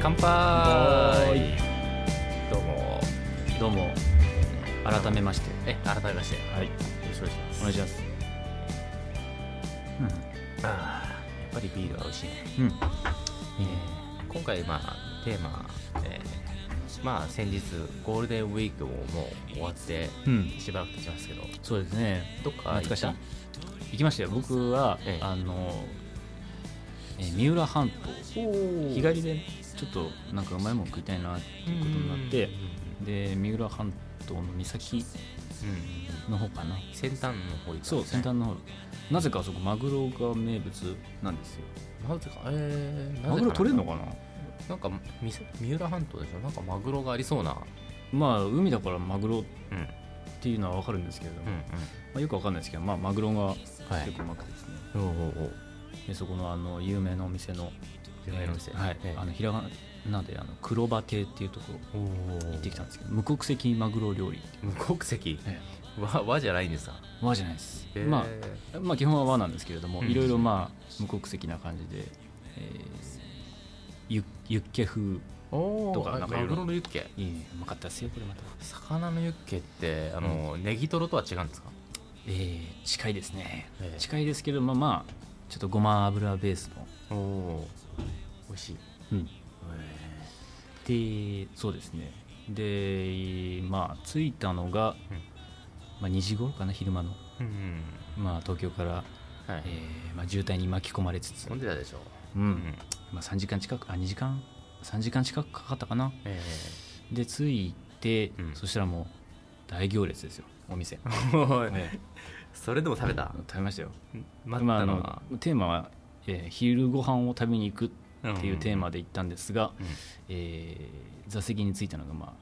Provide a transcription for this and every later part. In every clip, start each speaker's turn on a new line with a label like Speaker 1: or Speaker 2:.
Speaker 1: 乾杯どうも
Speaker 2: どうも改めまして
Speaker 1: え改めましてはいよろしくお願いします
Speaker 2: お願いします
Speaker 1: あーやっぱりビールは美味しいね
Speaker 2: うん、うん、
Speaker 1: 今回まあテーマ、えーまあ先日ゴールデンウィークももう終わって
Speaker 2: うん
Speaker 1: しばらく経ちますけど
Speaker 2: そうですね
Speaker 1: どっか行った
Speaker 2: 懐かしい行きましたよ僕は、
Speaker 1: ええ
Speaker 2: あの、えー三浦半島日帰りでちょっとなんかうまいもん食いたいなっていうことになって
Speaker 1: うん
Speaker 2: で三浦半島の岬の方かな
Speaker 1: 先端の方行ったんですね
Speaker 2: そう先端の方なぜかあそこマグロが名物なんですよ
Speaker 1: なぜかえーなぜかな
Speaker 2: マグロ取れるのかな
Speaker 1: なんかみせ三浦半島でしょなんかマグロがありそうな
Speaker 2: まあ海だからマグロっ
Speaker 1: うんうん
Speaker 2: ていうのは分かるんですけれども、まあ、よく分かんないですけど、まあ、マグロが結構うまくてですね、
Speaker 1: うんおうおうおう
Speaker 2: でそこのあの有名なお店の
Speaker 1: 有名なお店
Speaker 2: えーはい
Speaker 1: ええ
Speaker 2: あのひらがなであの黒羽亭っていうところ
Speaker 1: おうおう
Speaker 2: 行ってきたんですけど無国籍マグロ料理
Speaker 1: 無国籍
Speaker 2: え
Speaker 1: 和和じゃないんですか
Speaker 2: え和じゃないです、
Speaker 1: へー
Speaker 2: まあ、まあ基本は和なんですけれども、
Speaker 1: うん
Speaker 2: いろいろまあ無国籍な感じで、えーユユッケ風
Speaker 1: お
Speaker 2: とか
Speaker 1: ー
Speaker 2: な
Speaker 1: あ
Speaker 2: んかい
Speaker 1: マ
Speaker 2: ろいろ
Speaker 1: グロのユッケ
Speaker 2: いいねうまかったですよこれまた
Speaker 1: 魚のユッケってあの、ネギトロとは違うんですか
Speaker 2: えー近いですね、
Speaker 1: ええ
Speaker 2: 近いですけどまあまあちょっとごま油ベース
Speaker 1: お
Speaker 2: の
Speaker 1: お美味しい
Speaker 2: うんでそうですねでまあ着いたのが、
Speaker 1: うん
Speaker 2: まあ、2時頃かな昼間の、
Speaker 1: うん
Speaker 2: まあ、東京から、
Speaker 1: はい、
Speaker 2: えーまあ、渋滞に巻き込まれつつ、
Speaker 1: 飲んでたでしょ
Speaker 2: う
Speaker 1: うん
Speaker 2: まあ、3時間近くあ2時間3時間近くかかったかな
Speaker 1: え
Speaker 2: で着いて、
Speaker 1: うん
Speaker 2: そしたらもう大行列ですよお店、
Speaker 1: え
Speaker 2: ええ
Speaker 1: それでも食べた
Speaker 2: 食べましたよ
Speaker 1: 待っ
Speaker 2: まあ、
Speaker 1: た
Speaker 2: あ
Speaker 1: の
Speaker 2: の
Speaker 1: は、
Speaker 2: テーマは、えー昼ご飯を食べに行くっていうテーマ
Speaker 1: で、
Speaker 2: で行ったんですが、
Speaker 1: うん
Speaker 2: えー座席に着いたのが、まあ、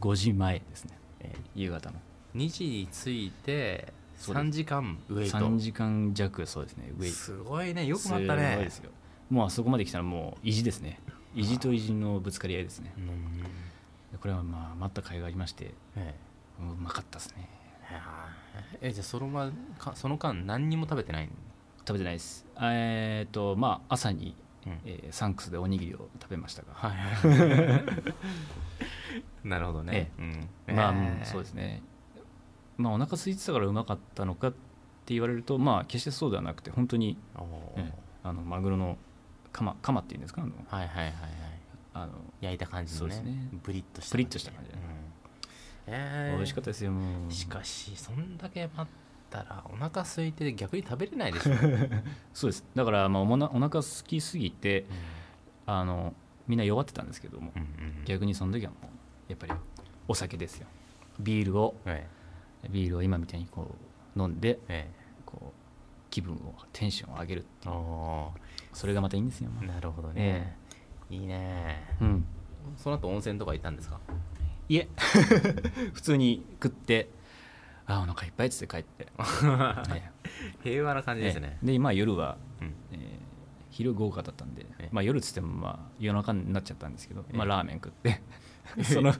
Speaker 2: 5時前ですね、えー夕方の
Speaker 1: 2時に着いて
Speaker 2: そうです
Speaker 1: 3時間ウェイト
Speaker 2: 3時間弱そうですねウェイト
Speaker 1: すごいねよく待ったね
Speaker 2: すごいですよもうあそこまで来たらもう意地ですね意地と意地のぶつかり合いですね
Speaker 1: うん
Speaker 2: これはまあ待った甲斐がありまして
Speaker 1: え
Speaker 2: うまかったですね
Speaker 1: ええじゃあその,、ま、かその間何にも食べてないの
Speaker 2: 食べてないですえっ、とまあ朝に、
Speaker 1: うん
Speaker 2: えーサンクスでおにぎりを食べました が、
Speaker 1: はい。なるほどね。うん
Speaker 2: まあ、
Speaker 1: え
Speaker 2: う
Speaker 1: え
Speaker 2: んそうですねまあお腹空いてたからうまかったのかって言われるとまあ決してそうではなくて本当に、
Speaker 1: おー
Speaker 2: ええあのマグロのカマカマっていうんですかあの
Speaker 1: はいはいはいはい。
Speaker 2: あの
Speaker 1: 焼いた感じ
Speaker 2: そ
Speaker 1: の
Speaker 2: うです
Speaker 1: ね。
Speaker 2: ね
Speaker 1: ブリッとした。
Speaker 2: ブリッとした感じ
Speaker 1: うんええ
Speaker 2: 美味しかったですよもう
Speaker 1: しかし、そんだけ待ったら、お腹空いて逆に食べれないでしょ。
Speaker 2: そうですだからまあおもなお腹空きすぎ
Speaker 1: う
Speaker 2: て
Speaker 1: ん
Speaker 2: あのみんな弱ってたんですけども、
Speaker 1: うん
Speaker 2: 逆にその時はもうやっぱりお酒ですよビールを
Speaker 1: え
Speaker 2: ビールを今みたいにこう飲んで
Speaker 1: ええ
Speaker 2: こう気分をテンションを上げる
Speaker 1: えお
Speaker 2: それがまたいいんですよ、
Speaker 1: ーなるほど
Speaker 2: え
Speaker 1: ね。いいね。
Speaker 2: うん
Speaker 1: その後温泉とか行ったんです か
Speaker 2: いえ普通に食ってあーお腹いっぱいっつって帰って、 ね
Speaker 1: 平和な感じですね。
Speaker 2: でまあ夜は、
Speaker 1: うん
Speaker 2: えー昼豪華だったんで
Speaker 1: ええ、
Speaker 2: まあ、夜っつってもまあ夜中になっちゃったんですけど、
Speaker 1: ええ
Speaker 2: まあ、ラーメン食って その、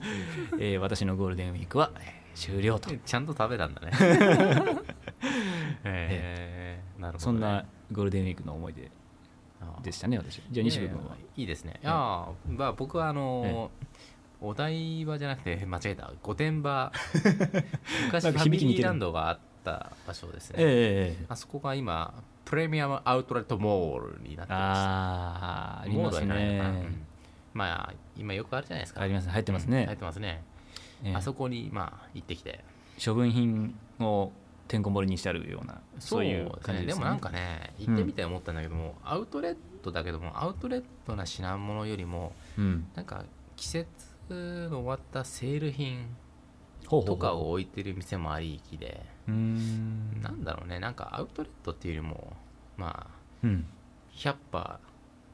Speaker 2: えー私のゴールデンウィークはえー終了と
Speaker 1: ちゃんと食べたんだ ね。ええなるほど、ね。
Speaker 2: そんなゴールデンウィークの思い出でしたね私じゃあ西部君は、
Speaker 1: いやいやいいですね。いやー、まあ、僕はあのーお台場じゃなくて間違えた御殿 場昔
Speaker 2: な
Speaker 1: フ
Speaker 2: んか
Speaker 1: ァミ
Speaker 2: 響き似
Speaker 1: リー
Speaker 2: てる
Speaker 1: ランドがあった場所ですね、
Speaker 2: ええええ
Speaker 1: あそこが今プレミアムアウトレットモールになってます
Speaker 2: あーあります
Speaker 1: モールは言わないのかなう
Speaker 2: ね
Speaker 1: んまあ今よくあるじゃないですか
Speaker 2: あります入ってます
Speaker 1: うん入っ
Speaker 2: ね、
Speaker 1: てますね、
Speaker 2: ええ
Speaker 1: あそこにまあ行ってきて
Speaker 2: 処分品をてんこ盛りにしてあるようなそういう
Speaker 1: です
Speaker 2: 感じ
Speaker 1: ね
Speaker 2: です、
Speaker 1: で
Speaker 2: ね、
Speaker 1: もなんかね行ってみて思ったんだけども、アウトレットだけどもアウトレットな品物よりも
Speaker 2: うん
Speaker 1: なんか季節の終わったセール品
Speaker 2: ほうほうほ
Speaker 1: と
Speaker 2: う
Speaker 1: かを置いてる店もありきで
Speaker 2: うーん
Speaker 1: なんだろうねなんかアウトレットっていうよりもまあ
Speaker 2: うん
Speaker 1: 100パ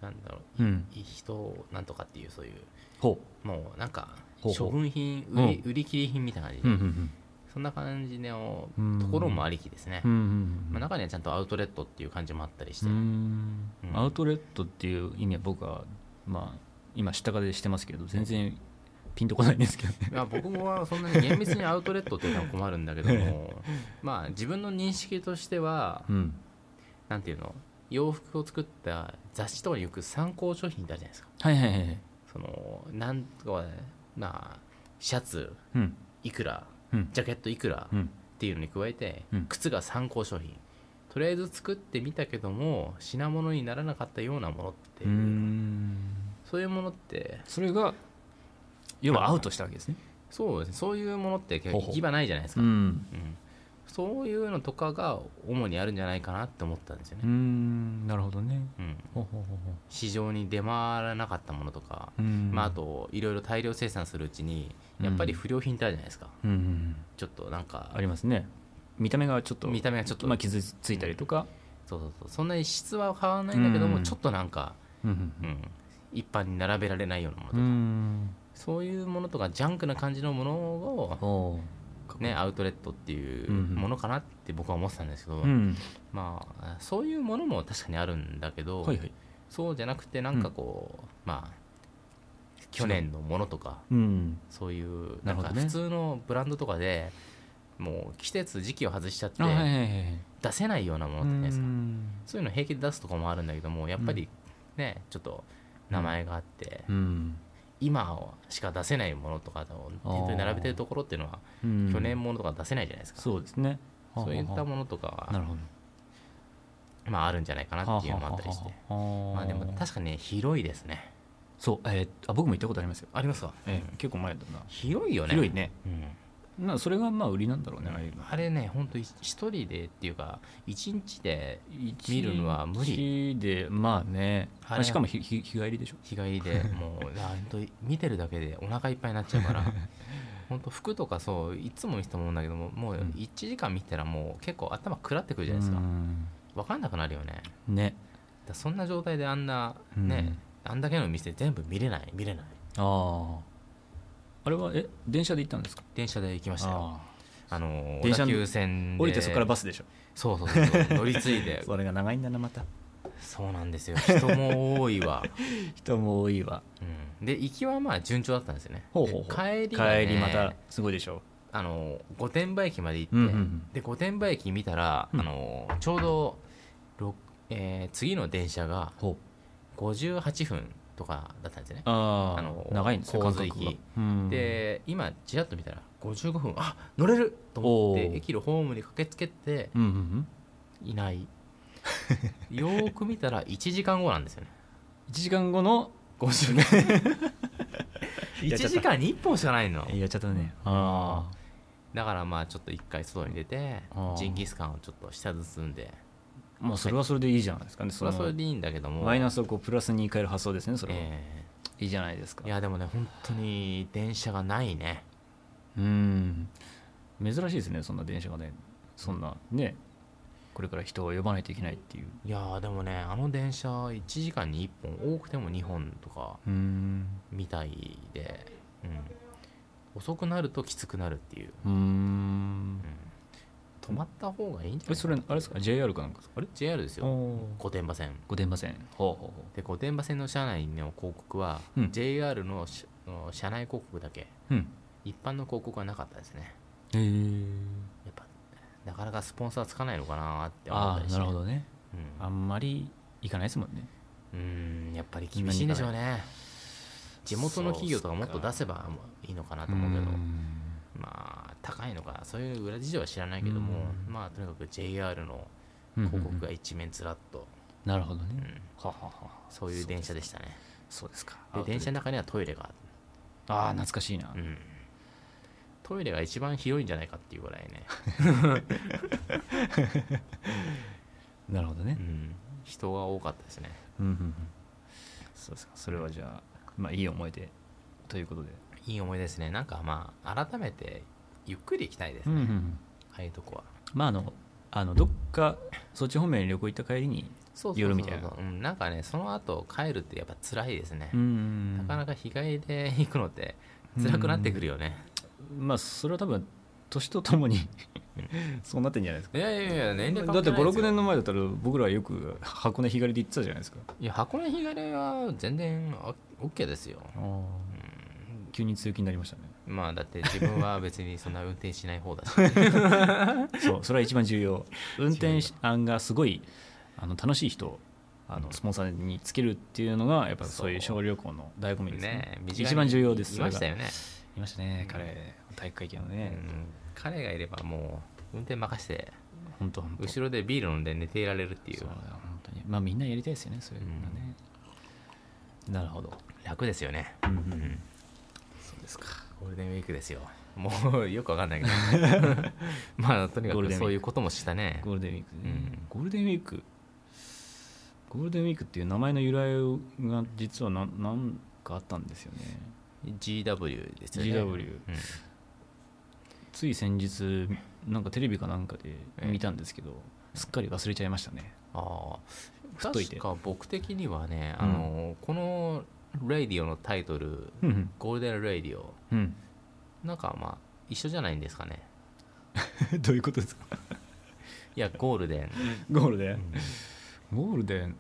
Speaker 1: ーなんだろう
Speaker 2: うん
Speaker 1: いい人をなんとかっていうそういう
Speaker 2: ほ
Speaker 1: もうなんか
Speaker 2: ほうほう
Speaker 1: 処分品売り,、
Speaker 2: う
Speaker 1: 売り切り品みたいな感じで、
Speaker 2: ううんうん
Speaker 1: そんな感じの
Speaker 2: うん
Speaker 1: ところもありきですね、
Speaker 2: うんうんうん
Speaker 1: まあ、中にはちゃんとアウトレットっていう感じもあったりし
Speaker 2: う
Speaker 1: て、
Speaker 2: ーん
Speaker 1: うん
Speaker 2: アウトレットっていう意味は僕はまあ今下かでしてますけど全然ピンとこないんですけどね
Speaker 1: いや僕もはそんなに厳密にアウトレットっていうのは困るんだ けどもまあ自分の認識としては
Speaker 2: うん
Speaker 1: なんていうの洋服を作った雑誌とかによく参考商品ってあるじゃないですか
Speaker 2: はいはいはいはい
Speaker 1: そのなんとかねまあシャツ
Speaker 2: うん
Speaker 1: いくら
Speaker 2: うん
Speaker 1: ジャケットいくら、
Speaker 2: うん
Speaker 1: っていうのに加えて、
Speaker 2: うん
Speaker 1: 靴が参考商品とりあえず作ってみたけども品物にならなかったようなものって
Speaker 2: うーん
Speaker 1: そういうものって
Speaker 2: それが要はアウトしたわけですね
Speaker 1: そうですねそういうものって結構
Speaker 2: ほうほう
Speaker 1: 行き場ないじゃないですか、
Speaker 2: ん
Speaker 1: うんそういうのとかが主にあるんじゃないかなって思ったんですよ
Speaker 2: う
Speaker 1: ね、
Speaker 2: ーんなるほどね
Speaker 1: うん、
Speaker 2: ほうほうほうほう
Speaker 1: 市場に出回らなかったものとか、
Speaker 2: うーん
Speaker 1: まあ、あといろいろ大量生産するうちにやっぱり不良品ってあるじゃないですか、
Speaker 2: うんうんうん
Speaker 1: ちょっとなんか
Speaker 2: ありますね見た目がちょっと
Speaker 1: 見た目がちょっと
Speaker 2: まあ、傷ついたりとか、
Speaker 1: そうそうそうそんなに質は変わらないんだけども、
Speaker 2: うん
Speaker 1: ちょっとなんか、
Speaker 2: うん
Speaker 1: うん、一般に並べられないようなものと
Speaker 2: う
Speaker 1: か、
Speaker 2: ん
Speaker 1: そういうものとかジャンクな感じのものを、
Speaker 2: おう
Speaker 1: ね、アウトレットっていう
Speaker 2: うんうん
Speaker 1: ものかなって僕は思ってたんですけど、
Speaker 2: うん
Speaker 1: まあそういうものも確かにあるんだけど、
Speaker 2: はいはい
Speaker 1: そうじゃなくてなんかこう、まあ去年のものとか
Speaker 2: うん
Speaker 1: そういうな
Speaker 2: なる
Speaker 1: ん
Speaker 2: ほ
Speaker 1: か
Speaker 2: どね
Speaker 1: 普通のブランドとかでもう季節時期を外しちゃって
Speaker 2: あはいはいはいはい
Speaker 1: 出せないようなものってないですか、
Speaker 2: うん
Speaker 1: そういうの平気で出すとかもあるんだけどもやっぱりね、ちょっと名前があって、
Speaker 2: うん
Speaker 1: 今しか出せないものとかを
Speaker 2: あー
Speaker 1: 店頭に並べてるところっていうのは
Speaker 2: うん
Speaker 1: 去年ものとか出せないじゃないですか、
Speaker 2: そうですね
Speaker 1: そういったも
Speaker 2: の
Speaker 1: のとかは
Speaker 2: なるほ
Speaker 1: まあ、あるんじゃないかな
Speaker 2: ど
Speaker 1: っていうのもあったりして
Speaker 2: はあはあはあ
Speaker 1: まあでも確かにね広いですね
Speaker 2: そう、えーあ僕も行ったことありますよ、
Speaker 1: ありますか、
Speaker 2: ええ結構前だな
Speaker 1: 広いよね
Speaker 2: 広いね
Speaker 1: うん
Speaker 2: なそれがまあ売りなんだろうねああいうの
Speaker 1: あれねほんと一一人でっていうか一日で見るのは無理
Speaker 2: 一日でまあね
Speaker 1: あれ
Speaker 2: まあしかもひひ日帰りでしょ
Speaker 1: 日帰り でもういやほんと見てるだけでお腹いっぱいになっちゃうからほんと服とかそういつも見てたもんだけどももう
Speaker 2: うん
Speaker 1: 1時間見てたらもう結構頭くらってくるじゃないですか
Speaker 2: うん
Speaker 1: 分かんなくなるよね
Speaker 2: ね
Speaker 1: だそんな状態であんなね、あんだけの店全部見れない見れない
Speaker 2: あああれはえ電車で行ったんですか
Speaker 1: 電車で行きましたよ
Speaker 2: あ
Speaker 1: あの小
Speaker 2: 電車
Speaker 1: 田
Speaker 2: に
Speaker 1: 急線で
Speaker 2: 降りてそこからバスでしょ
Speaker 1: そうそうそうそう乗り継い で
Speaker 2: それが長いんだなまた
Speaker 1: そうなんですよ人も多いわ、
Speaker 2: 人も多いわ
Speaker 1: うん、で行きはまあ順調だったんですよね
Speaker 2: ほうほうほう
Speaker 1: で帰りがね、
Speaker 2: 帰りまたすごいでしょ
Speaker 1: あの御殿場駅まで行って、
Speaker 2: うんうんうん
Speaker 1: で御殿場駅見たら、
Speaker 2: うん
Speaker 1: あのちょうど、ろえー次の電車が
Speaker 2: ほう
Speaker 1: 58分とかだったんですよね
Speaker 2: あ
Speaker 1: あ
Speaker 2: あ
Speaker 1: の
Speaker 2: 長いんですね
Speaker 1: 交通
Speaker 2: 間隔がうん
Speaker 1: で今ちらっと見たら55分あ乗れると思っ
Speaker 2: お
Speaker 1: て
Speaker 2: ー
Speaker 1: 駅のホームに駆けつけて
Speaker 2: うんうんうん
Speaker 1: いない よーく見たら1時間後なんですよね
Speaker 2: 1時間後の
Speaker 1: 50分
Speaker 2: やっちゃ
Speaker 1: 1
Speaker 2: った
Speaker 1: 時間に1本しかないの
Speaker 2: やっちゃったねあ
Speaker 1: だからまあちょっと1回外に出て
Speaker 2: あー
Speaker 1: ジンギスカンをちょっと舌包んで
Speaker 2: あもうそれはそれでいいじゃないですかね
Speaker 1: それはそれ
Speaker 2: の
Speaker 1: でいいんだけども
Speaker 2: マイナスをこうプラスに変える発想ですねそれは、
Speaker 1: え
Speaker 2: いいじゃないですか
Speaker 1: ーいやでもね本当に電車がないね
Speaker 2: うん珍しいですねそんな電車がねそんなねこれから人を呼ばないといけないっていう
Speaker 1: いやーでもねあの電車1時間に1本多くても2本とか
Speaker 2: うん
Speaker 1: みたいで、うん、遅くなるときつくなるっていう、
Speaker 2: うん
Speaker 1: うん、止まった方がいいんじゃな
Speaker 2: え
Speaker 1: い
Speaker 2: それあれですか JR かなんかですかあれ
Speaker 1: JR ですよ
Speaker 2: お
Speaker 1: 御殿場線
Speaker 2: 御殿場線ほうほうほ
Speaker 1: で御殿場線の車内の広告は、
Speaker 2: うん
Speaker 1: JR のしの車内広告だけ
Speaker 2: ううん
Speaker 1: 一般の広告はなかったですね
Speaker 2: へえ
Speaker 1: やっぱなかなかスポンサーつかないのかなって思った
Speaker 2: あ
Speaker 1: り
Speaker 2: あ
Speaker 1: して
Speaker 2: なるほどね
Speaker 1: うん
Speaker 2: あんまり行かないですもんね
Speaker 1: うんやっぱり厳しいんでしょうね地元の企業とかもっと出せばいいのかなと思うけどまあ高いのかそういう裏事情は知らないけども
Speaker 2: うん
Speaker 1: まあとにかく JR の
Speaker 2: うん
Speaker 1: 広告が一面ずらっと、
Speaker 2: なるほど
Speaker 1: う
Speaker 2: ね
Speaker 1: ん
Speaker 2: はははは
Speaker 1: そういう電車でしたね
Speaker 2: そうですか
Speaker 1: で電車の中にはトイレがあ
Speaker 2: ああ懐かしいな
Speaker 1: る、うん、トイレが一番広いんじゃないかっていうぐらいね、
Speaker 2: なるほど
Speaker 1: う
Speaker 2: ね
Speaker 1: ん、人が多かったですね
Speaker 2: うんうんうんそうですかそれはじゃあまあいい思い出ということで
Speaker 1: いい思い出ですねなんかまあ改めてゆっくり行きたいですね、
Speaker 2: うんうんうん
Speaker 1: ああいうとこは
Speaker 2: まああのあのどっかそっち方面に旅行行った帰りに
Speaker 1: そうそうそうそう
Speaker 2: 夜みたいな
Speaker 1: うん、なんかねその後帰るってやっぱ辛いですね、
Speaker 2: ん
Speaker 1: なかなか日帰りで行くのって辛くなってくるよね、
Speaker 2: まあそれは多分年とともに そうなってんじゃないですか
Speaker 1: いやいやいや年齢
Speaker 2: だって56年
Speaker 1: の
Speaker 2: の前だったら僕らはよく箱根日帰りで行ってたじゃないですか
Speaker 1: いや箱根日帰りは全然あ OK ですよ
Speaker 2: 急に強気になりましたね
Speaker 1: まあだって自分は別にそんな運転しない方だ し
Speaker 2: そうそれは一番重要運転し案がすごいあの楽しい人あのスポンサーにつけるっていうのがやっぱそういう小旅行の醍醐味ですね
Speaker 1: ね身近に
Speaker 2: 一番重要です
Speaker 1: いましたよね、
Speaker 2: それがいましたね彼体育会系の
Speaker 1: う
Speaker 2: ね、
Speaker 1: ん、彼がいればもう運転任せて
Speaker 2: 本当本当
Speaker 1: 後ろでビール飲んで寝ていられるっていう
Speaker 2: そうだよ本当にまあみんなやりたいですよねそういうのね、なるほど
Speaker 1: 楽ですよね、
Speaker 2: うんう
Speaker 1: うんん、
Speaker 2: そうですか
Speaker 1: ゴールデンウィークですよもうよくわかんないけど まあとにか
Speaker 2: ゴール
Speaker 1: く
Speaker 2: デンウィーク
Speaker 1: そういうこともしたね
Speaker 2: ゴールデンウィークね、
Speaker 1: うん
Speaker 2: ゴールデンウィークゴールデンウィークっていう名前の由来が実は何何かあったんですよね
Speaker 1: GW ですよね
Speaker 2: GW
Speaker 1: うん
Speaker 2: つい先日なんかテレビかなんかで
Speaker 1: ええ
Speaker 2: 見たんですけど、すっかり忘れちゃいましたね
Speaker 1: ああ
Speaker 2: 太い手
Speaker 1: 確か僕的にはね、
Speaker 2: うん
Speaker 1: あのこの「レディオ」のタイトル
Speaker 2: うんうん
Speaker 1: 「ゴールデン・レディオ
Speaker 2: うん」
Speaker 1: なんかまあ一緒じゃないんですかね
Speaker 2: どういうことですか
Speaker 1: いやゴールデン、
Speaker 2: ゴールデン、ゴールデン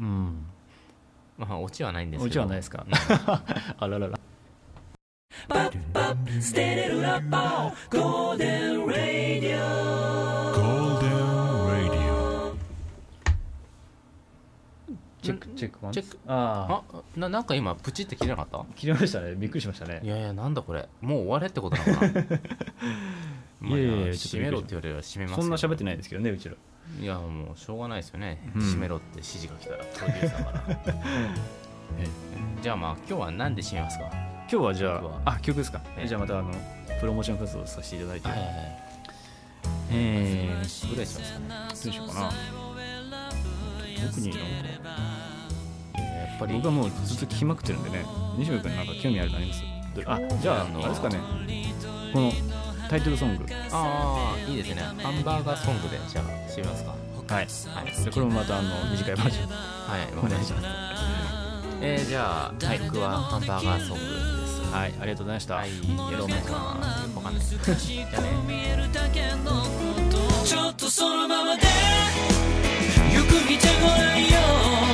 Speaker 2: うん
Speaker 1: まあオチはないんですけど
Speaker 2: オチはないですか
Speaker 1: うん
Speaker 2: あらららチェックチェックワン
Speaker 1: チェック
Speaker 2: あ
Speaker 1: あななんか今プチって切れなかった
Speaker 2: あ切れましたねびっくりしましたね
Speaker 1: いやいやなんだこれもう終われってことなのかなまあ
Speaker 2: いやいやいや
Speaker 1: 閉めろって言われれば閉めます
Speaker 2: そんな喋って
Speaker 1: ない
Speaker 2: ないですけどねうちら
Speaker 1: いやもうしょうがないですよね、
Speaker 2: うん
Speaker 1: 閉めろって指示が来たらプロデューサーからじゃあまあ今日は何で閉めますかは
Speaker 2: 今日はじゃ
Speaker 1: 曲は
Speaker 2: ああ曲ですか、
Speaker 1: ええ
Speaker 2: じゃあまたあのプロモーション活動させていただいて、
Speaker 1: いはいはい
Speaker 2: ええ
Speaker 1: どれにしますかね
Speaker 2: どうしようかな特になんか
Speaker 1: やっぱり
Speaker 2: 僕はもうずっと聞きまくってるんでね西村君なんか興味あるのありますどれあじゃああのあれですかねこのタイトルソングは
Speaker 1: ああいいですねハンバーガーソングでじゃあ締めますか
Speaker 2: い
Speaker 1: はい
Speaker 2: でこれもまたあの短いバージョンで
Speaker 1: はいわ
Speaker 2: お
Speaker 1: かり
Speaker 2: 願
Speaker 1: ま
Speaker 2: い
Speaker 1: し
Speaker 2: したます
Speaker 1: えー、じゃあ、はい、僕はハンバーガーソングです
Speaker 2: はいありがとうございました、
Speaker 1: はいよろしくお願いしますわかんないじゃあね
Speaker 3: ちょっとそのままでゆく見てごらんよ